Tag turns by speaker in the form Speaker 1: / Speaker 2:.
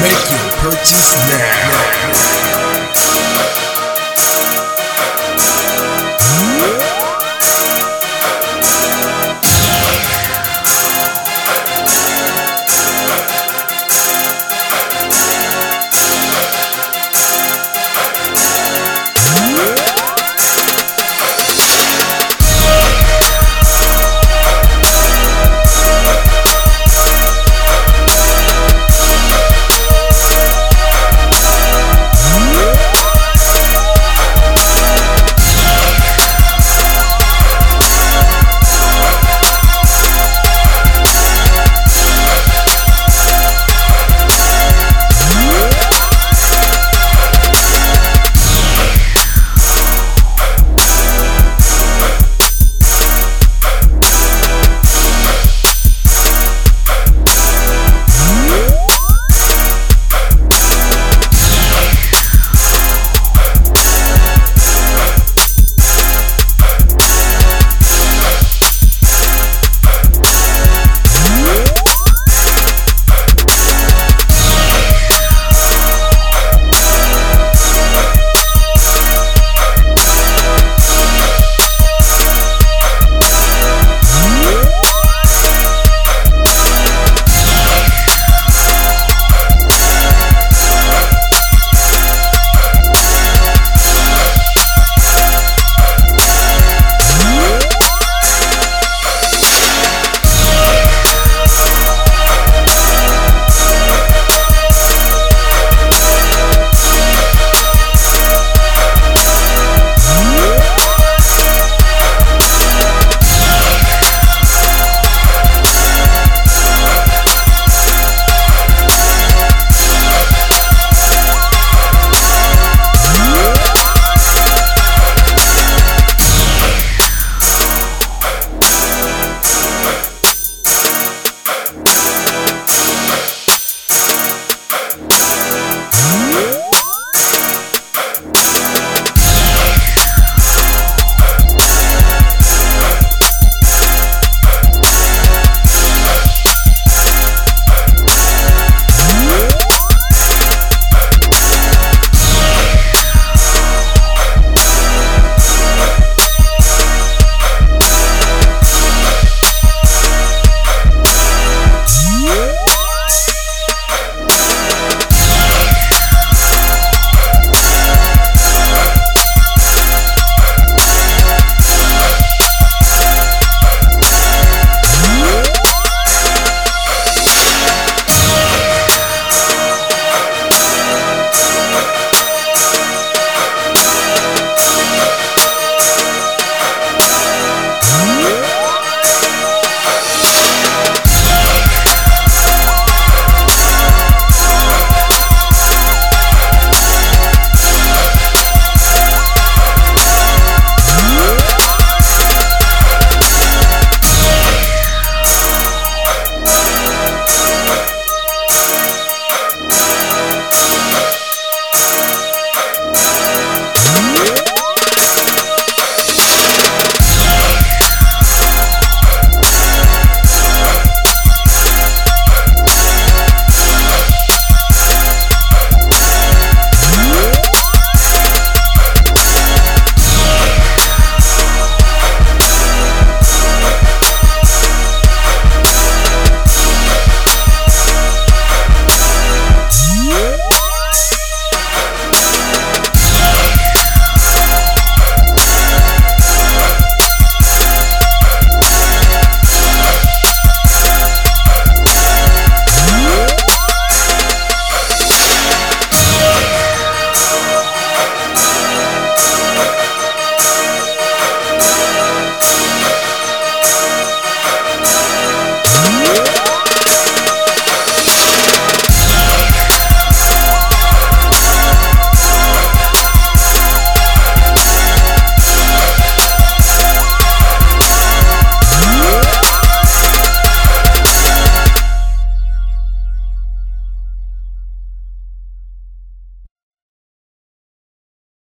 Speaker 1: Make your purchase now.